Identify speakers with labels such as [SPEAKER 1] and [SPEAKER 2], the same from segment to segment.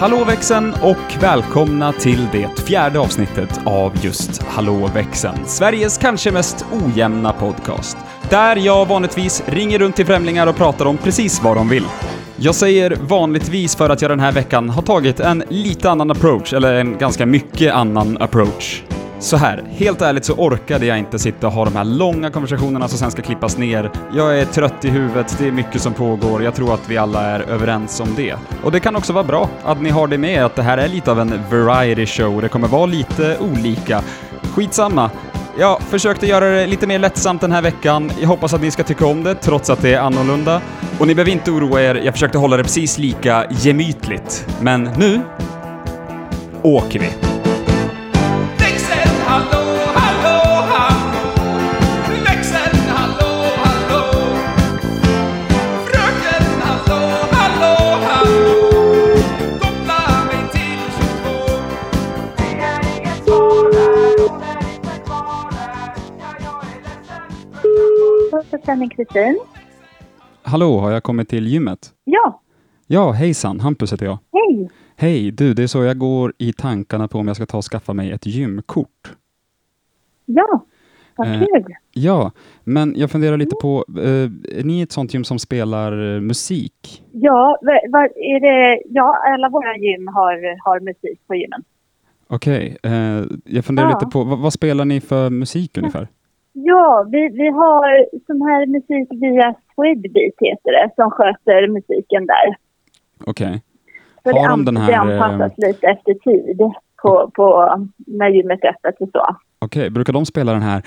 [SPEAKER 1] Hallå växeln och välkomna till det fjärde avsnittet av just Hallå växeln. Sveriges kanske mest ojämna podcast. Där jag vanligtvis ringer runt till främlingar och pratar om precis vad de vill. Jag säger vanligtvis för att jag den här veckan har tagit en lite annan approach, eller en ganska mycket annan approach. Så här, helt ärligt så orkade jag inte sitta och ha de här långa konversationerna som sen ska klippas ner. Jag är trött i huvudet, det är mycket som pågår, jag tror att vi alla är överens om det. Och det kan också vara bra att ni har det med, att det här är lite av en variety show, det kommer vara lite olika. Skitsamma. Jag försökte göra det lite mer lättsamt den här veckan. Jag hoppas att ni ska tycka om det, trots att det är annorlunda. Och ni behöver inte oroa er, jag försökte hålla det precis lika gemytligt. Men nu åker vi.
[SPEAKER 2] Växeln, hallå, hallå, hallå. Växeln, hallå, hallå. Fröken, hallå, hallå, hallå. Koppla mig till 22. Det är inget svar här, hon är inte kvar här. Ja, jag är ledsen.
[SPEAKER 3] Försäljning Kristin.
[SPEAKER 1] Hallå, har jag kommit till gymmet?
[SPEAKER 3] Ja,
[SPEAKER 1] Ja, hejsan, Hampus heter jag.
[SPEAKER 3] hej.
[SPEAKER 1] Hej, du, det är så jag går i tankarna på om jag ska ta och skaffa mig ett gymkort.
[SPEAKER 3] Ja, vad
[SPEAKER 1] Eh.
[SPEAKER 3] kul.
[SPEAKER 1] Ja, men jag funderar lite på, eh, är ni ett sånt gym som spelar eh, musik?
[SPEAKER 3] Ja, va- va- är det, ja, alla våra gym har, har musik på gymmen.
[SPEAKER 1] Okej, eh, jag funderar
[SPEAKER 3] Ja.
[SPEAKER 1] lite på, vad, vad spelar ni för musik ungefär?
[SPEAKER 3] Ja, vi, vi har sån här musik via Swedbeat heter det, som sköter musiken där.
[SPEAKER 1] Okej.
[SPEAKER 3] Så
[SPEAKER 1] Har
[SPEAKER 3] det,
[SPEAKER 1] de
[SPEAKER 3] an-
[SPEAKER 1] den här, eh,
[SPEAKER 3] det anpassas lite efter tid på, på när gymmet är öppet och så.
[SPEAKER 1] Okej, brukar de spela den här?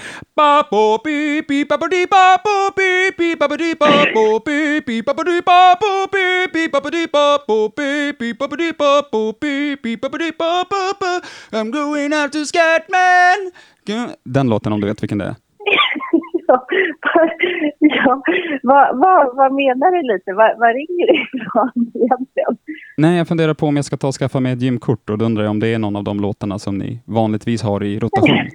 [SPEAKER 1] I'm going out to Scatman. Den låten om du vet vilken det är.
[SPEAKER 3] ja, ja. Vad, vad, vad menar du lite? Vad, vad ringer du ifrån egentligen?
[SPEAKER 1] Nej, jag funderar på om jag ska ta och skaffa mig ett gymkort och då undrar jag om det är någon av de låtarna som ni vanligtvis har i rotation.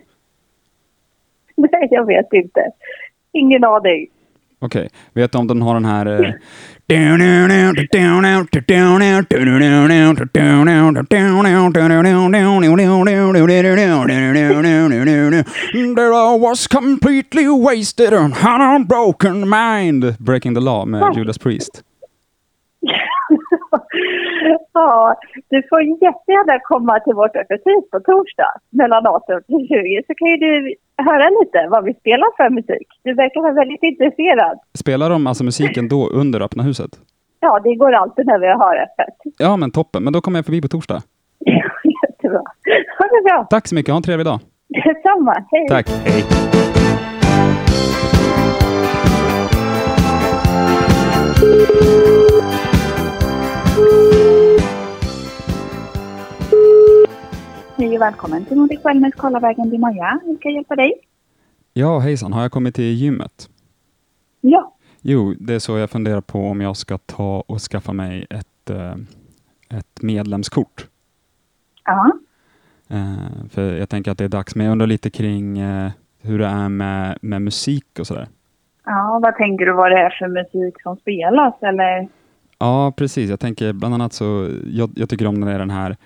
[SPEAKER 3] Nej, jag vet inte. Ingen aning.
[SPEAKER 1] Okej, vet du om den har den här... eh, There I was completely wasted and had a broken mind. Breaking the law med Judas Priest.
[SPEAKER 3] ja, du får jättegärna komma till vårt öppet på torsdag mellan 18 och 20 så kan ju du höra lite vad vi spelar för musik. Du verkar vara väldigt intresserad.
[SPEAKER 1] Spelar de alltså musiken då under öppna huset?
[SPEAKER 3] Ja, det går alltid när vi har öppet.
[SPEAKER 1] Ja, men toppen. Men då kommer jag förbi på torsdag.
[SPEAKER 3] Jättebra. Ha det bra.
[SPEAKER 1] Tack så mycket. Ha en trevlig dag.
[SPEAKER 3] Detsamma. Hej.
[SPEAKER 1] Tack. Hej.
[SPEAKER 3] Hej och välkommen till Nordic Wellness Karlavägen. Det är Maja. Hur kan jag hjälpa dig?
[SPEAKER 1] Ja, hejsan. Har jag kommit till gymmet?
[SPEAKER 3] Ja.
[SPEAKER 1] Jo, det är så jag funderar på om jag ska ta och skaffa mig ett, eh, ett medlemskort.
[SPEAKER 3] Ja.
[SPEAKER 1] Eh, för jag tänker att det är dags, men jag undrar lite kring eh, hur det är med, med musik och sådär.
[SPEAKER 3] Ja, vad tänker du vad det är för musik som spelas eller?
[SPEAKER 1] Ja, precis. Jag tänker bland annat så, jag, jag tycker om när det är den här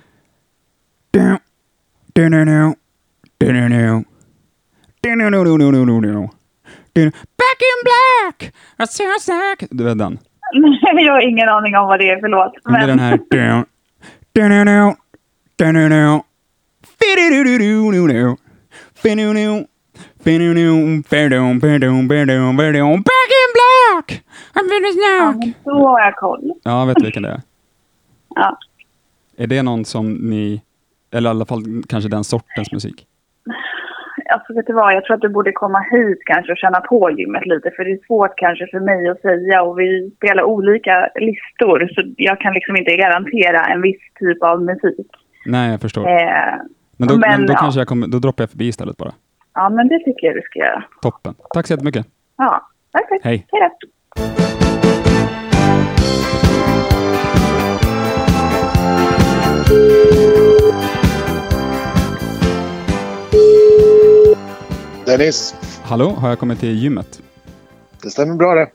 [SPEAKER 1] Back in black! I see a sack. Du vet den?
[SPEAKER 3] Nej, jag har ingen aning om vad det är, förlåt.
[SPEAKER 1] Men... Det är den här... Du-nu-nu, du-nu-nu, fi-du-du-du-du-nu-nu, fi-nu-nu, fi-nu-nu, fi-dum, fi-dum, fi-dum, fi-dum, Back in black! I'm finished
[SPEAKER 3] Ja,
[SPEAKER 1] now!
[SPEAKER 3] men då har jag koll.
[SPEAKER 1] Ja, vet du vilken det är?
[SPEAKER 3] Ja.
[SPEAKER 1] Är det någon som ni, eller i alla fall kanske den sortens musik?
[SPEAKER 3] Alltså, vet du vad? Jag tror att du borde komma hit kanske och känna på gymmet lite. För det är svårt kanske för mig att säga och vi spelar olika listor. Så jag kan liksom inte garantera en viss typ av musik.
[SPEAKER 1] Nej, jag förstår.
[SPEAKER 3] Eh,
[SPEAKER 1] Men då, men,
[SPEAKER 3] men,
[SPEAKER 1] då
[SPEAKER 3] ja.
[SPEAKER 1] kanske jag kommer, då droppar jag förbi istället bara.
[SPEAKER 3] ja, men det tycker jag du ska göra.
[SPEAKER 1] Toppen. Tack så jättemycket.
[SPEAKER 3] Ja, tack, tack.
[SPEAKER 1] Hej.
[SPEAKER 3] Hej då.
[SPEAKER 4] Dennis,
[SPEAKER 1] Hallå, har jag kommit till gymmet?
[SPEAKER 4] det stämmer bra det.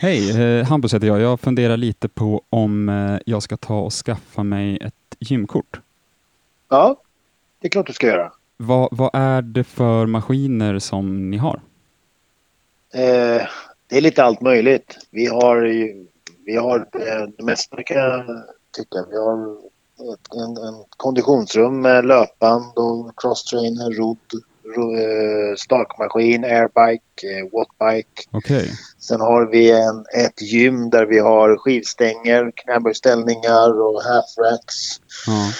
[SPEAKER 1] Hej, eh, Hampus heter jag. Jag funderar lite på om eh, jag ska ta och skaffa mig ett gymkort.
[SPEAKER 4] Ja, det är klart du ska göra.
[SPEAKER 1] Vad, vad är det för maskiner som ni har?
[SPEAKER 4] Eh, det är lite allt möjligt. Vi har, ju- vi har eh, det mesta kan jag tycka. Vi har ett en, en konditionsrum med löpband och crosstrainer, rodd, ro, eh, stakmaskin, airbike, eh, wattbike.
[SPEAKER 1] Okej.
[SPEAKER 4] Sen har vi en, ett gym där vi har skivstänger, knäböjställningar och half-racks.
[SPEAKER 1] Ja.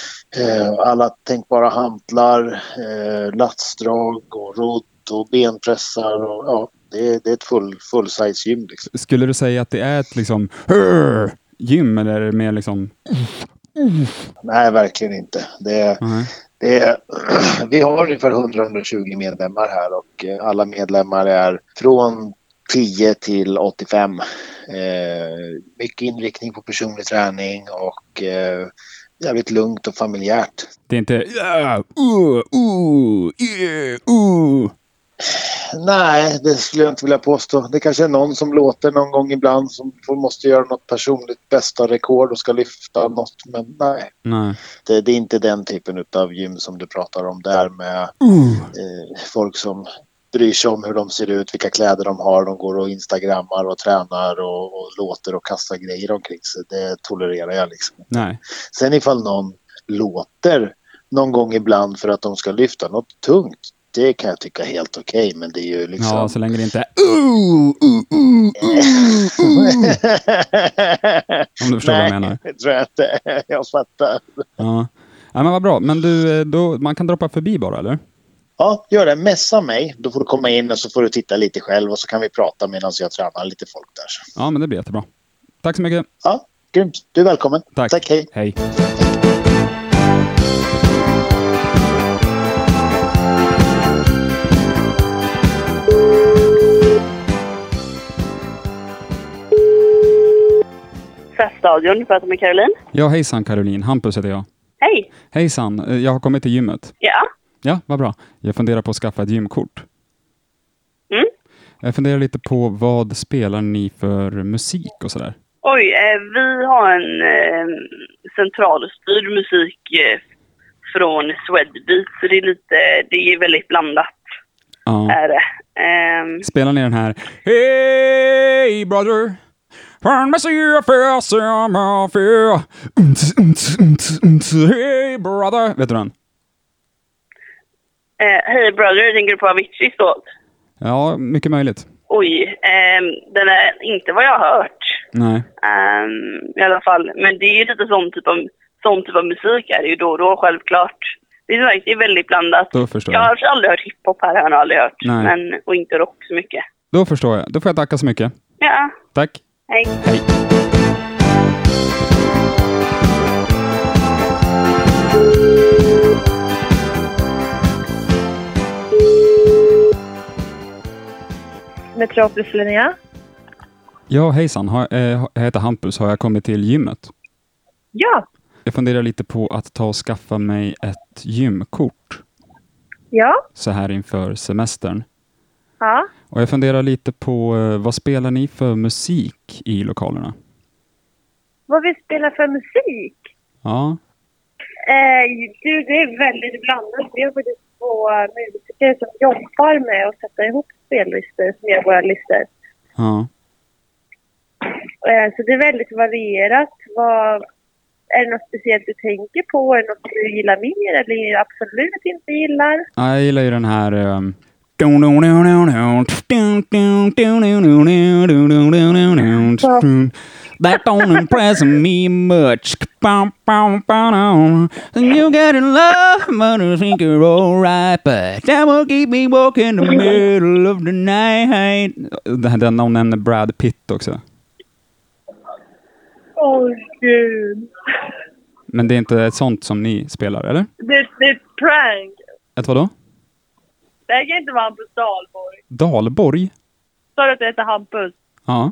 [SPEAKER 4] Eh, alla tänkbara hantlar, eh, latsdrag och rodd och benpressar. Och, ja, det, är- det är ett full, full size gym. Liksom.
[SPEAKER 1] Skulle du säga att det är ett liksom "Hurr!" gym eller är det mer liksom...
[SPEAKER 4] Nej, verkligen inte. Det, är-
[SPEAKER 1] Nej.
[SPEAKER 4] det, är- vi har ungefär 100-120 medlemmar här och eh, alla medlemmar är från 10 till 85. Eh, mycket inriktning på personlig träning och eh, jävligt lugnt och familjärt.
[SPEAKER 1] Det är inte... "Yeah, uh, uh, yeah, uh."
[SPEAKER 4] Nej, det skulle jag inte vilja påstå. Det kanske är någon som låter någon gång ibland som får- måste göra något personligt bästa rekord och ska lyfta något. Men nej,
[SPEAKER 1] Nej.
[SPEAKER 4] det, det är inte den typen av gym som du pratar om där med
[SPEAKER 1] Uh.
[SPEAKER 4] eh, folk som bryr sig om hur de ser ut, vilka kläder de har. De går och instagrammar och tränar och, och låter och kastar grejer omkring sig. Det tolererar jag liksom inte.
[SPEAKER 1] Nej.
[SPEAKER 4] Sen ifall någon låter någon gång ibland för att de ska lyfta något tungt. Det kan jag tycka är helt okej, men det är ju liksom...
[SPEAKER 1] Ja, så länge det inte är... "Uh, uh, uh, uh, uh." Om du förstår vad
[SPEAKER 4] Nej,
[SPEAKER 1] jag menar.
[SPEAKER 4] det tror jag inte. Jag fattar.
[SPEAKER 1] Ja. ja men vad bra. Men du, eh, då, man kan droppa förbi bara, eller?
[SPEAKER 4] Ja, gör det. Messa mig. Då får du komma in och så får du titta lite själv och så kan vi prata medan jag tränar lite folk där.
[SPEAKER 1] Ja, men det blir jättebra. Tack så mycket.
[SPEAKER 4] Ja, grymt. Du är välkommen.
[SPEAKER 1] Tack.
[SPEAKER 4] Tack hej.
[SPEAKER 1] Hej.
[SPEAKER 5] Feststadion, pratar med Caroline.
[SPEAKER 1] Ja, hejsan Caroline. Hampus heter jag.
[SPEAKER 5] Hej!
[SPEAKER 1] Hejsan, eh, jag har kommit till gymmet.
[SPEAKER 5] Ja,
[SPEAKER 1] Ja, vad bra. Jag funderar på att skaffa ett gymkort.
[SPEAKER 5] Mm.
[SPEAKER 1] Jag funderar lite på vad spelar ni för musik och sådär?
[SPEAKER 5] oj, eh, vi har en eh, centralstyrd musik eh, från Swedbeat, så det är lite, det är väldigt blandat
[SPEAKER 1] Ja.
[SPEAKER 5] är det. Ehm,
[SPEAKER 1] Spelar ni den här Hey brother! Find me see your face in my fear. Unts, unts, unts, unts. Hey brother! Vet du den?
[SPEAKER 5] eh, Hej Brother, tänker du på Aviciis låt?
[SPEAKER 1] Ja, mycket möjligt.
[SPEAKER 5] Oj, ehm, den är inte vad jag har hört.
[SPEAKER 1] Nej.
[SPEAKER 5] Ehm, I alla fall. Men det är ju lite sån typ av, sån typ av musik är det ju då och då, självklart. Det är, sagt, det är väldigt blandat.
[SPEAKER 1] Då förstår
[SPEAKER 5] Jag
[SPEAKER 1] jag.
[SPEAKER 5] har aldrig hört hiphop här, har jag nog aldrig hört.
[SPEAKER 1] Nej.
[SPEAKER 5] Men, och inte rock så mycket.
[SPEAKER 1] Då förstår jag. Då får jag tacka så mycket.
[SPEAKER 5] Ja,
[SPEAKER 1] Tack.
[SPEAKER 5] hej.
[SPEAKER 1] Hej.
[SPEAKER 3] Metropolis Linnea.
[SPEAKER 1] Ja, hejsan. Har, eh, jag heter Hampus. Har jag kommit till gymmet?
[SPEAKER 3] Ja,
[SPEAKER 1] Jag funderar lite på att ta och skaffa mig ett gymkort
[SPEAKER 3] ja,
[SPEAKER 1] så här inför semestern.
[SPEAKER 3] ja.
[SPEAKER 1] Och jag funderar lite på eh, vad spelar ni för musik i lokalerna?
[SPEAKER 3] Vad vi spelar för musik?
[SPEAKER 1] Ja,
[SPEAKER 3] Eh, du, det är väldigt blandat. Vi har faktiskt två musiker som jobbar med att sätta ihop spellistor som gör våra listor.
[SPEAKER 1] ja.
[SPEAKER 3] Eh, så det är väldigt varierat. Vad, är det något speciellt du tänker på? Är det något du gillar mer eller absolut inte gillar?
[SPEAKER 1] Ja, Jag gillar ju den här... ehm, That don't impress me much. You got in love, but I think you're alright. But that will keep me walking the middle of the night. Den, den hon nämner Brad Pitt också.
[SPEAKER 3] Åh, gud.
[SPEAKER 1] Men det är inte ett sånt som ni spelar, eller?
[SPEAKER 3] Det, det är ett prank.
[SPEAKER 1] Ett vadå?
[SPEAKER 3] Det här kan inte vara Hampus Dahlborg.
[SPEAKER 1] Dalborg?
[SPEAKER 3] Sa du att det heter Hampus?
[SPEAKER 1] Ja.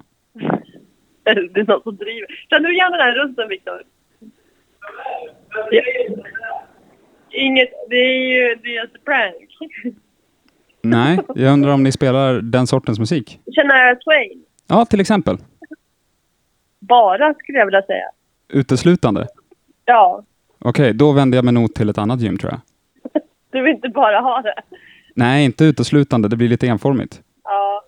[SPEAKER 3] Det är någon som driver. Känner du igen den här rösten, Viktor? Ja. Inget, det är ju det är ett prank.
[SPEAKER 1] Nej, jag undrar om ni spelar den sortens musik?
[SPEAKER 3] Känner jag Twain?
[SPEAKER 1] Ja, till exempel.
[SPEAKER 3] Bara, skulle jag vilja säga.
[SPEAKER 1] Uteslutande?
[SPEAKER 3] Ja,
[SPEAKER 1] Okej, då vänder jag mig nog till ett annat gym tror jag.
[SPEAKER 3] du vill inte bara ha det.
[SPEAKER 1] Nej, inte uteslutande. Det blir lite enformigt.
[SPEAKER 3] Ja.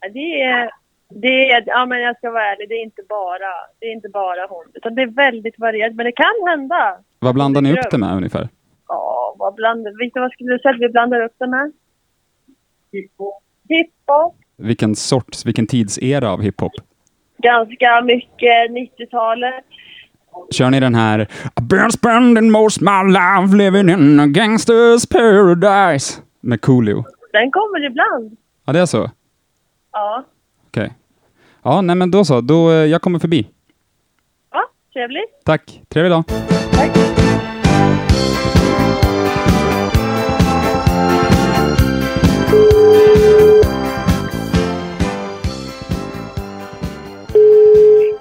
[SPEAKER 3] Ja, Det är, det är, ja men jag ska vara ärlig, det är inte bara, det är inte bara hon. Utan det är väldigt varierat, men det kan hända.
[SPEAKER 1] Vad blandar ni upp
[SPEAKER 3] Dröm.
[SPEAKER 1] det med ungefär?
[SPEAKER 3] Ja, vad blandar, Victor, vad skulle du säga att vi blandar upp den här? Hiphop. Hiphop.
[SPEAKER 1] Vilken sorts, vilken tidsera av hiphop?
[SPEAKER 3] Ganska mycket 90-talet.
[SPEAKER 1] Kör ni den här I've been spending most my life living in a gangsters paradise med Coolio?
[SPEAKER 3] Den kommer ibland.
[SPEAKER 1] Ja, det är så? Okej.
[SPEAKER 3] Ja.
[SPEAKER 1] Ja, nej men då så. Då, eh, jag kommer förbi.
[SPEAKER 3] Ja, trevligt.
[SPEAKER 1] Tack. Trevlig dag.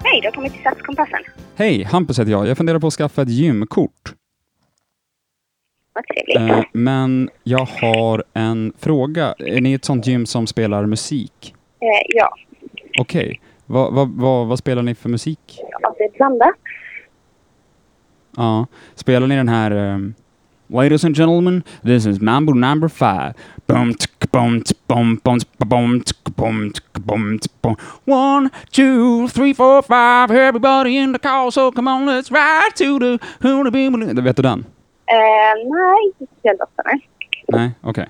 [SPEAKER 6] Hej, du har kommit till Satskompassen.
[SPEAKER 1] Hej, Hampus heter jag. Jag funderar på att skaffa ett gymkort.
[SPEAKER 6] Vad trevligt.
[SPEAKER 1] Eh, men jag har en fråga. Är ni ett sånt gym som spelar musik?
[SPEAKER 6] Eh, ja,
[SPEAKER 1] Okej. Vad- vad- vad- vad spelar ni för musik?
[SPEAKER 6] alltså det är blandat.
[SPEAKER 1] Ja. Spelar ni den här... ehm, Ladies and gentlemen, this is Mambo number five. Bum, tsk, bum, tsk, bum, bum, tsk, bum, tsk, bum, tsk, bum, tsk, bum. One, two, three, four, five. Everybody in the car, so come on, let's ride to the... who the people- Du Vet du den?
[SPEAKER 6] Eh, nej, inte speciellt ofta. nej.
[SPEAKER 1] Nej, okej.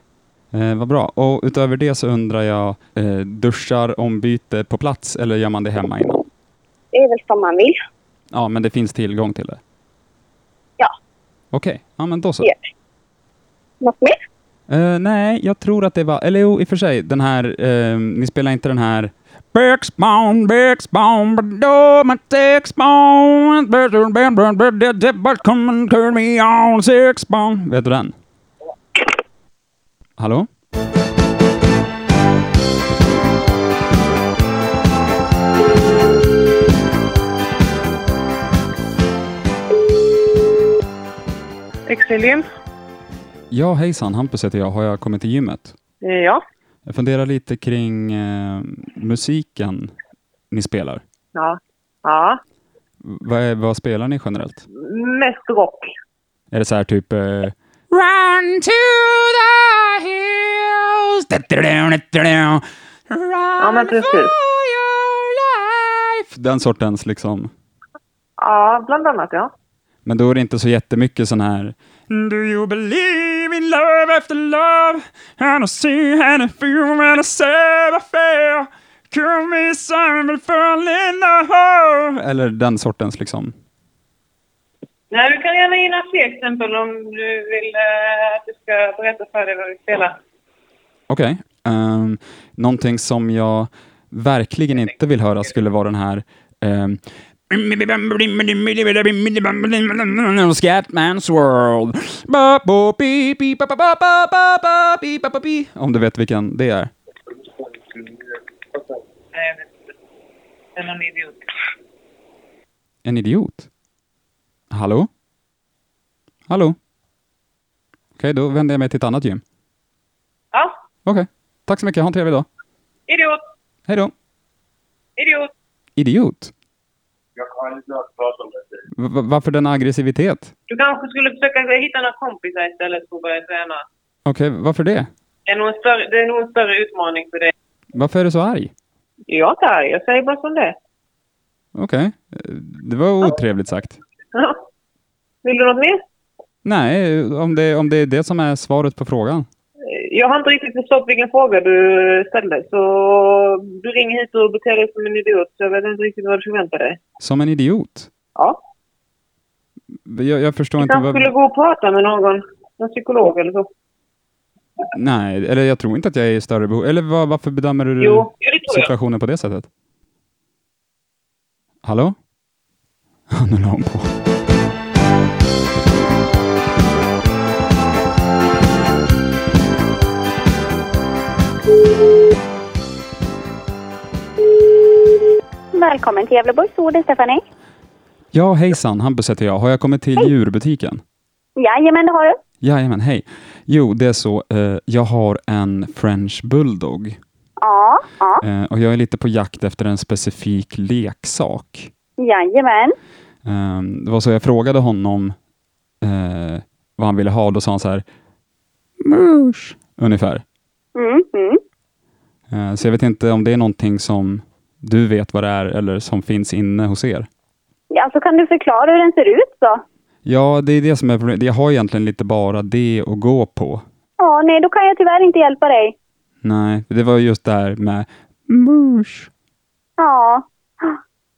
[SPEAKER 1] Eh, vad bra. Och utöver det så undrar jag, eh, duschar ombyte på plats eller gör man det hemma innan?
[SPEAKER 6] Det är väl som man vill.
[SPEAKER 1] Ja, men det finns tillgång till det?
[SPEAKER 6] Ja.
[SPEAKER 1] Okej, ja men då så.
[SPEAKER 6] Ja. Något mer?
[SPEAKER 1] Eh, nej, jag tror att det var... Eller jo, i och för sig, den här... Eh, ni spelar inte den här... Bexbaum, Bexbaum, Badoma, Texbaum, Bexbaum, Bexbaum, Bexbaum, come and turn me on, Sexbaum. Vet du den? Hallå?
[SPEAKER 3] Exilien?
[SPEAKER 1] Ja, hejsan. Hampus heter jag. Har jag kommit till gymmet?
[SPEAKER 3] Ja.
[SPEAKER 1] Jag funderar lite kring eh, musiken ni spelar.
[SPEAKER 3] Ja. Ja.
[SPEAKER 1] V- Vad, är- vad spelar ni generellt?
[SPEAKER 3] Mest rock.
[SPEAKER 1] Är det så här typ... Eh, Run to the hills da-da-da-da-da-da. Run
[SPEAKER 3] men precis.
[SPEAKER 1] for your life Den sortens liksom.
[SPEAKER 3] Ja, bland annat ja.
[SPEAKER 1] Men då är det inte så jättemycket sån här... Do you believe in love after love? And I see and I feel and I say I feel Kill me some will fall in the hole Eller den sortens liksom.
[SPEAKER 3] Nej, du kan gärna gilla fler exempel om du vill att du ska berätta för dig vad du spelar.
[SPEAKER 1] Okej. Um, någonting som jag verkligen inte vill höra skulle vara den här... ehm, Scatman's World. Om du vet vilken det är.
[SPEAKER 3] Nej, jag vet inte. Det är någon idiot.
[SPEAKER 1] En idiot? Hallå? Hallå? Okej, då vänder jag mig till ett annat gym.
[SPEAKER 3] Ja,
[SPEAKER 1] Okej. Tack så mycket. Ha en trevlig dag.
[SPEAKER 3] idiot,
[SPEAKER 1] Hej då.
[SPEAKER 3] idiot.
[SPEAKER 1] Idiot?
[SPEAKER 7] Jag kan inte prata med dig.
[SPEAKER 1] V- v- varför denna aggressivitet?
[SPEAKER 3] Du kanske skulle försöka hitta några kompisar istället för att börja träna.
[SPEAKER 1] Okej, varför det?
[SPEAKER 3] Det är nog en större, det är nog en större utmaning för dig.
[SPEAKER 1] Varför är du så arg?
[SPEAKER 3] Ja, där. Jag säger bara som det
[SPEAKER 1] Okej. Eh, Det var otrevligt sagt.
[SPEAKER 3] Ja. Vill du något mer?
[SPEAKER 1] Nej, om det, om det är det som är svaret på frågan.
[SPEAKER 3] Jag har inte riktigt förstått vilken fråga du ställde. Så du ringer hit och beter dig som en idiot. Så jag vet inte riktigt vad du förväntar dig.
[SPEAKER 1] Som en idiot.
[SPEAKER 3] Ja.
[SPEAKER 1] Jag, jag förstår
[SPEAKER 3] Du
[SPEAKER 1] inte
[SPEAKER 3] kanske
[SPEAKER 1] vad...
[SPEAKER 3] skulle gå och prata med någon. En psykolog eller så.
[SPEAKER 1] Nej, eller jag tror inte att jag är i större behov. Eller vad, varför bedömer du
[SPEAKER 3] Jo, ja, det tror jag.
[SPEAKER 1] situationen på det sättet? Hallå? Nu la hon på.
[SPEAKER 6] Välkommen till Gävleborgs Orden, Stephanie.
[SPEAKER 1] Ja, hejsan. Hampus heter jag. Har jag kommit till djurbutiken?
[SPEAKER 6] Jajamän, det har du.
[SPEAKER 1] Jajamän, hej. Jo, det är så. Eh, jag har en french bulldog.
[SPEAKER 6] Ja, ja.
[SPEAKER 1] Eh, och jag är lite på jakt efter en specifik leksak.
[SPEAKER 6] Jajamän.
[SPEAKER 1] Eh, det var så jag frågade honom eh, vad han ville ha. Då sa han så här, mush, ungefär.
[SPEAKER 6] Mm, mm.
[SPEAKER 1] Eh, så jag vet inte om det är någonting som du vet vad det är eller som finns inne hos er.
[SPEAKER 6] Ja, så kan du förklara hur den ser ut då?
[SPEAKER 1] Ja, det är det som är problemet. Jag har egentligen lite bara det att gå på.
[SPEAKER 6] Ja, nej, då kan jag tyvärr inte hjälpa dig.
[SPEAKER 1] Nej, det var just det här med mush.
[SPEAKER 6] Ja.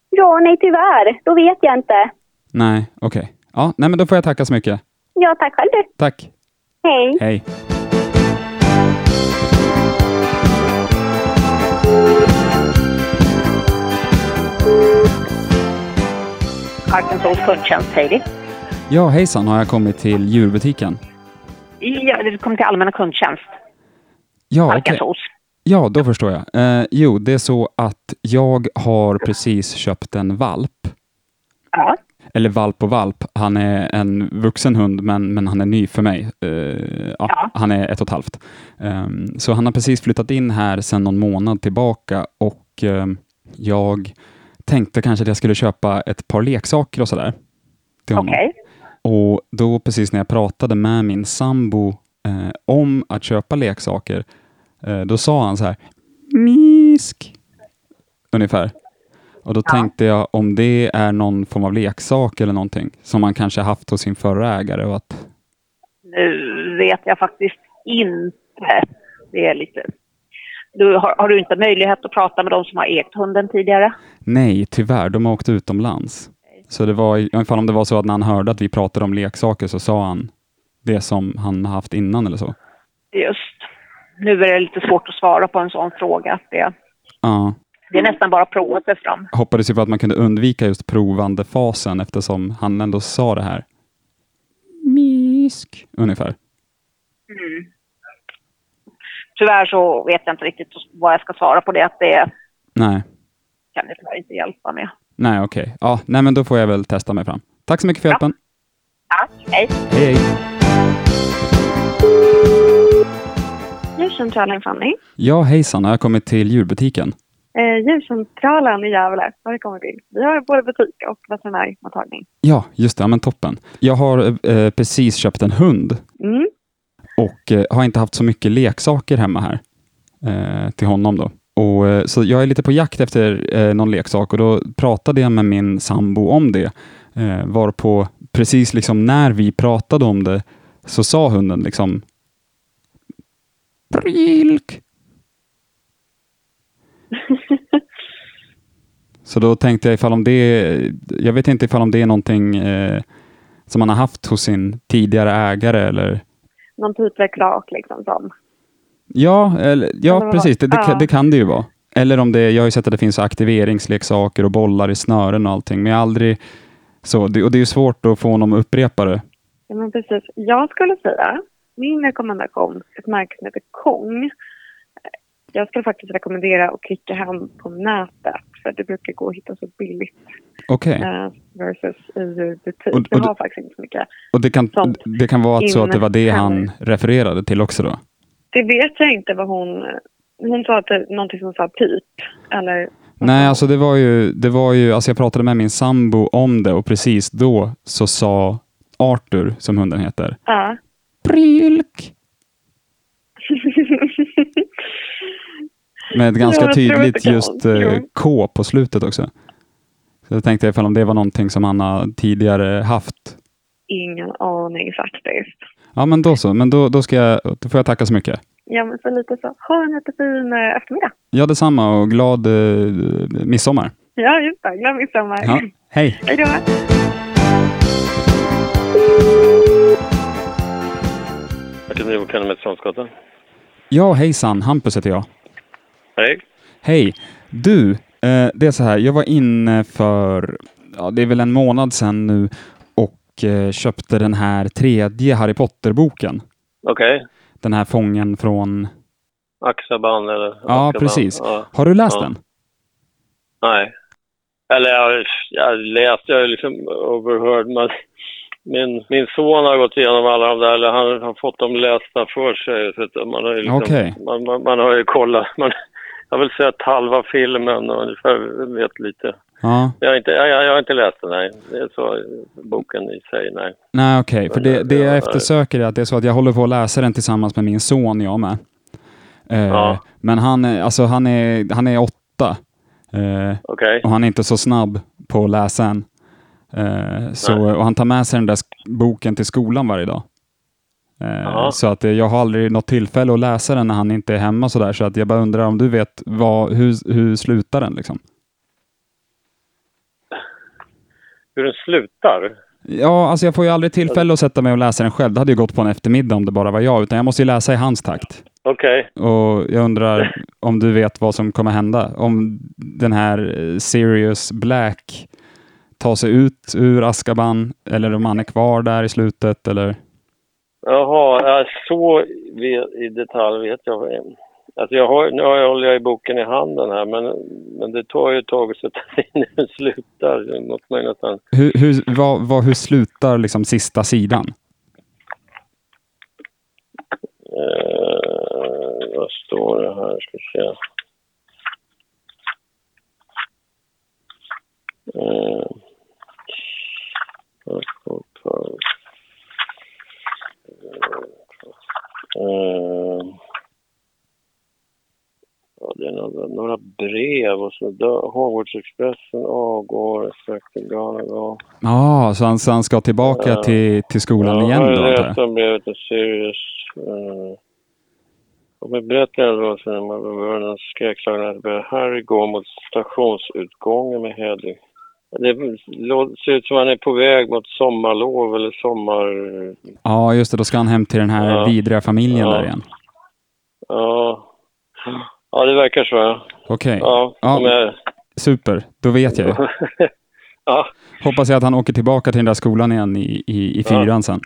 [SPEAKER 6] Ja, nej, tyvärr. Då vet jag inte.
[SPEAKER 1] Nej, okej. Ja, nej men då får jag tacka så mycket.
[SPEAKER 6] Ja, tack själv du.
[SPEAKER 1] Tack.
[SPEAKER 6] Hej.
[SPEAKER 1] Hej.
[SPEAKER 8] Parkinsons kundtjänst, hej det.
[SPEAKER 1] Ja, hejsan. Har jag kommit till djurbutiken?
[SPEAKER 8] Ja, du kom till allmänna kundtjänst,
[SPEAKER 1] Ja, okej.
[SPEAKER 8] Parkinsons.
[SPEAKER 1] Ja, då förstår jag. Eh, jo, det är så att jag har precis köpt en valp.
[SPEAKER 8] Ja.
[SPEAKER 1] Eller valp och valp. Han är en vuxen hund, men, men han är ny för mig. Eh, ja,
[SPEAKER 8] Ja.
[SPEAKER 1] Han är ett och ett halvt. Ehm, så han har precis flyttat in här sedan någon månad tillbaka och ehm, jag tänkte kanske att jag skulle köpa ett par leksaker och sådär. till honom.
[SPEAKER 8] Okej.
[SPEAKER 1] Och då precis när jag pratade med min sambo eh, om att köpa leksaker, eh, då sa han så här Misk! Ungefär. Och då tänkte jag om det är någon form av leksak eller någonting som man kanske haft hos sin förra ägare och att
[SPEAKER 8] Nu vet jag faktiskt inte. Det är lite... Du, har, har du inte möjlighet att prata med de som har ägt hunden tidigare?
[SPEAKER 1] nej, tyvärr, de har åkt utomlands. Så det var, i alla fall om det var så att när han hörde att vi pratade om leksaker så sa han det som han haft innan eller så.
[SPEAKER 8] Just. Nu är det lite svårt att svara på en sån fråga. Det,
[SPEAKER 1] Ja,
[SPEAKER 8] det är nästan bara provet sig fram.
[SPEAKER 1] hoppades ju på att man kunde undvika just provandefasen eftersom han ändå sa det här. Misk. Ungefär.
[SPEAKER 8] Tyvärr så vet jag inte riktigt vad jag ska svara på det. Att det
[SPEAKER 1] Nej,
[SPEAKER 8] kan jag tyvärr inte hjälpa med.
[SPEAKER 1] nej okej. Ja, nej men då får jag väl testa mig fram. Tack så mycket för hjälpen.
[SPEAKER 8] Tack, hej.
[SPEAKER 1] Hej, hej.
[SPEAKER 3] Djurcentralen Fanny.
[SPEAKER 1] Ja, hejsan. Har jag kommit till djurbutiken?
[SPEAKER 3] Eh, djurcentralen i Gävle har vi kommit till. Vi har både butik och veterinärmottagning.
[SPEAKER 1] Ja, just det. Ja, men toppen. Jag har eh, precis köpt en hund
[SPEAKER 3] Mm.
[SPEAKER 1] och eh, har inte haft så mycket leksaker hemma här eh, till honom då. Och, eh, så jag är lite på jakt efter eh, någon leksak och då pratade jag med min sambo om det. Eh, varpå, precis liksom när vi pratade om det, så sa hunden liksom Prilk! så då tänkte jag ifall om det, jag vet inte ifall om det är någonting eh, som man har haft hos sin tidigare ägare eller
[SPEAKER 3] Någon typ reklam liksom som.
[SPEAKER 1] Ja, eller,
[SPEAKER 3] Eller
[SPEAKER 1] ja
[SPEAKER 3] vad-
[SPEAKER 1] precis. Det, det,
[SPEAKER 3] ja.
[SPEAKER 1] kan- det kan det ju vara. Eller om det är, jag har ju sett att det finns så aktiveringsleksaker och bollar i snören och allting, men jag har aldrig... Så, det, och det är ju svårt att få honom att upprepa det.
[SPEAKER 3] Ja, men precis. Jag skulle säga, min rekommendation, ett märke som heter Kong. Jag skulle faktiskt rekommendera att klicka hem på nätet för det brukar gå att hitta så billigt
[SPEAKER 1] Okej.
[SPEAKER 3] eh, versus i butik.
[SPEAKER 1] Och- och
[SPEAKER 3] Vi
[SPEAKER 1] det-
[SPEAKER 3] har faktiskt inte så mycket.
[SPEAKER 1] Och det kan,
[SPEAKER 3] sånt
[SPEAKER 1] det kan vara att så att det var det
[SPEAKER 3] inne-
[SPEAKER 1] han refererade till också då?
[SPEAKER 3] Det vet jag inte vad hon... Hon sa att det, någonting som sa pip. Eller...
[SPEAKER 1] Nej, alltså det var ju... Det var ju alltså jag pratade med min sambo om det och precis då så sa Arthur, som hunden heter,
[SPEAKER 3] Ja.
[SPEAKER 1] Prilk! Med ett ganska
[SPEAKER 3] jag tror att det
[SPEAKER 1] tydligt
[SPEAKER 3] kan
[SPEAKER 1] just
[SPEAKER 3] vara.
[SPEAKER 1] eh,
[SPEAKER 3] Jo.
[SPEAKER 1] K på slutet också. Så jag tänkte ifall om det var någonting som han har tidigare haft.
[SPEAKER 3] Ingen aning faktiskt.
[SPEAKER 1] Ja, men då så. Men då, då, ska jag, då får jag tacka så mycket.
[SPEAKER 3] Ja, men så lite så. Ha en jättefin eh, eftermiddag.
[SPEAKER 1] Ja, detsamma och glad eh, midsommar.
[SPEAKER 3] Ja, just det. Glöm midsommar.
[SPEAKER 1] Ja, hej!
[SPEAKER 3] Hej då.
[SPEAKER 9] Martin Rivåkalla med Strömsgatan.
[SPEAKER 1] Ja, hejsan. Hampus heter jag.
[SPEAKER 9] Hej.
[SPEAKER 1] Hej! Du, eh, det är så här. Jag var inne för, ja, det är väl en månad sedan nu och eh, köpte den här tredje Harry Potter-boken.
[SPEAKER 9] Okej.
[SPEAKER 1] Den här fången från...
[SPEAKER 9] Axaban eller?
[SPEAKER 1] Ja,
[SPEAKER 9] Axaban.
[SPEAKER 1] precis.
[SPEAKER 9] Ja.
[SPEAKER 1] Har du läst
[SPEAKER 9] Ja.
[SPEAKER 1] den?
[SPEAKER 9] Nej. Eller jag, jag läste, jag liksom overheard, men min, min son har gått igenom alla de där, eller han har fått dem lästa för sig. Så att man, har ju liksom,
[SPEAKER 1] Okej.
[SPEAKER 9] man, man, man har ju kollat, man, jag vill säga att halva filmen och ungefär vet lite.
[SPEAKER 1] Ja.
[SPEAKER 9] Jag har inte, jag, jag jag har inte läst den, nej. Det är så eh, boken i sig, nej.
[SPEAKER 1] Nej, okej. För det, det jag
[SPEAKER 9] Ja.
[SPEAKER 1] eftersöker är att det är så att jag håller på att läsa den tillsammans med min son, jag med. Eh,
[SPEAKER 9] Ja.
[SPEAKER 1] Men han, är- alltså, han, är, han är åtta. Eh,
[SPEAKER 9] Okej.
[SPEAKER 1] och han är inte så snabb på att läsa än. Eh, så, och han tar med sig den där sk- boken till skolan varje dag. Eh,
[SPEAKER 9] Ja.
[SPEAKER 1] så att eh, jag har aldrig något tillfälle att läsa den när han inte är hemma. Så, där, så att jag bara undrar om du vet vad, hur, hur slutar den? Liksom?
[SPEAKER 9] Hur den slutar?
[SPEAKER 1] Ja, alltså jag får ju aldrig tillfälle att sätta mig och läsa den själv. Det hade ju gått på en eftermiddag om det bara var jag. Utan jag måste ju läsa i hans takt.
[SPEAKER 9] Okej.
[SPEAKER 1] Och jag undrar om du vet vad som kommer hända? Om den här eh, Sirius Black tar sig ut ur Azkaban eller om han är kvar där i slutet eller?
[SPEAKER 9] Jaha, ja, så vet- i detalj vet jag. vad jag- Alltså jag har, nu har jag, håller jag i boken i handen här, men, men det tar ju ett tag att sätta sig in i hur den slutar. Det måste man ju nästan...
[SPEAKER 1] Hur, hur, vad, vad, hur slutar liksom sista sidan?
[SPEAKER 9] Eh, vad står det här? Ska vi se. Eh, vad står på? Eh, ja, det är några, några brev och så dö- Hogwarts-expressen avgår. Strax till Galaga.
[SPEAKER 1] Ja, så, han, så han ska tillbaka
[SPEAKER 9] Ja.
[SPEAKER 1] till, till skolan igen
[SPEAKER 9] Jag
[SPEAKER 1] då? antar
[SPEAKER 9] har
[SPEAKER 1] jag?
[SPEAKER 9] läst om brevet till Sirius. eh, Och med berättelsen då sen om Vernon skräckslagna att börjar Harry gå mot stationsutgången med Hedvig. Det lå- ser ut som han är på väg mot sommarlov eller sommar...
[SPEAKER 1] Ja, just det. Då ska han hem till den här
[SPEAKER 9] Ja.
[SPEAKER 1] vidriga familjen
[SPEAKER 9] Ja.
[SPEAKER 1] där igen.
[SPEAKER 9] Ja, ja det verkar så. Ja,
[SPEAKER 1] Okej.
[SPEAKER 9] ja,
[SPEAKER 1] Ja.
[SPEAKER 9] om jag...
[SPEAKER 1] Super, då vet jag ju.
[SPEAKER 9] ja,
[SPEAKER 1] Hoppas jag att han åker tillbaka till den där skolan igen i, i, i
[SPEAKER 9] Ja.
[SPEAKER 1] fyran sen.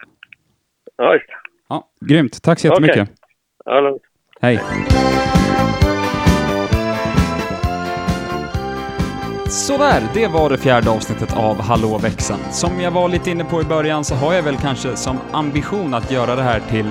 [SPEAKER 9] ja, just det.
[SPEAKER 1] Ja, grymt. Tack så
[SPEAKER 9] Okej.
[SPEAKER 1] jättemycket.
[SPEAKER 9] Ja, lugnt.
[SPEAKER 1] Hej. Sådär, det var det fjärde avsnittet av Hallå växeln. Som jag var lite inne på i början så har jag väl kanske som ambition att göra det här till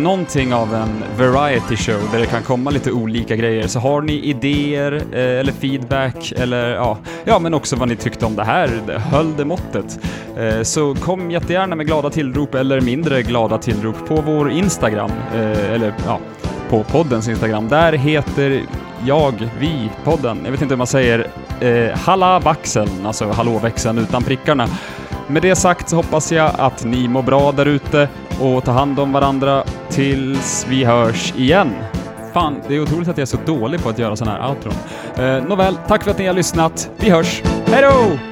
[SPEAKER 1] någonting av en variety show där det kan komma lite olika grejer. Så har ni idéer eh, eller feedback eller ja, ja men också vad ni tyckte om det här, det- höll det måttet? Eh, Så kom jättegärna med glada tillrop eller mindre glada tillrop på vår Instagram eh, eller ja, på poddens Instagram. Där heter jag, vi, podden, jag vet inte hur man säger, eh, Hallabaxeln, alltså hallåväxeln utan prickarna. Med det sagt så hoppas jag att ni mår bra där ute och tar hand om varandra tills vi hörs igen. Fan, det är otroligt att jag är så dålig på att göra sådana här outron. Eh, nåväl, tack för att ni har lyssnat. Vi hörs. Hej då!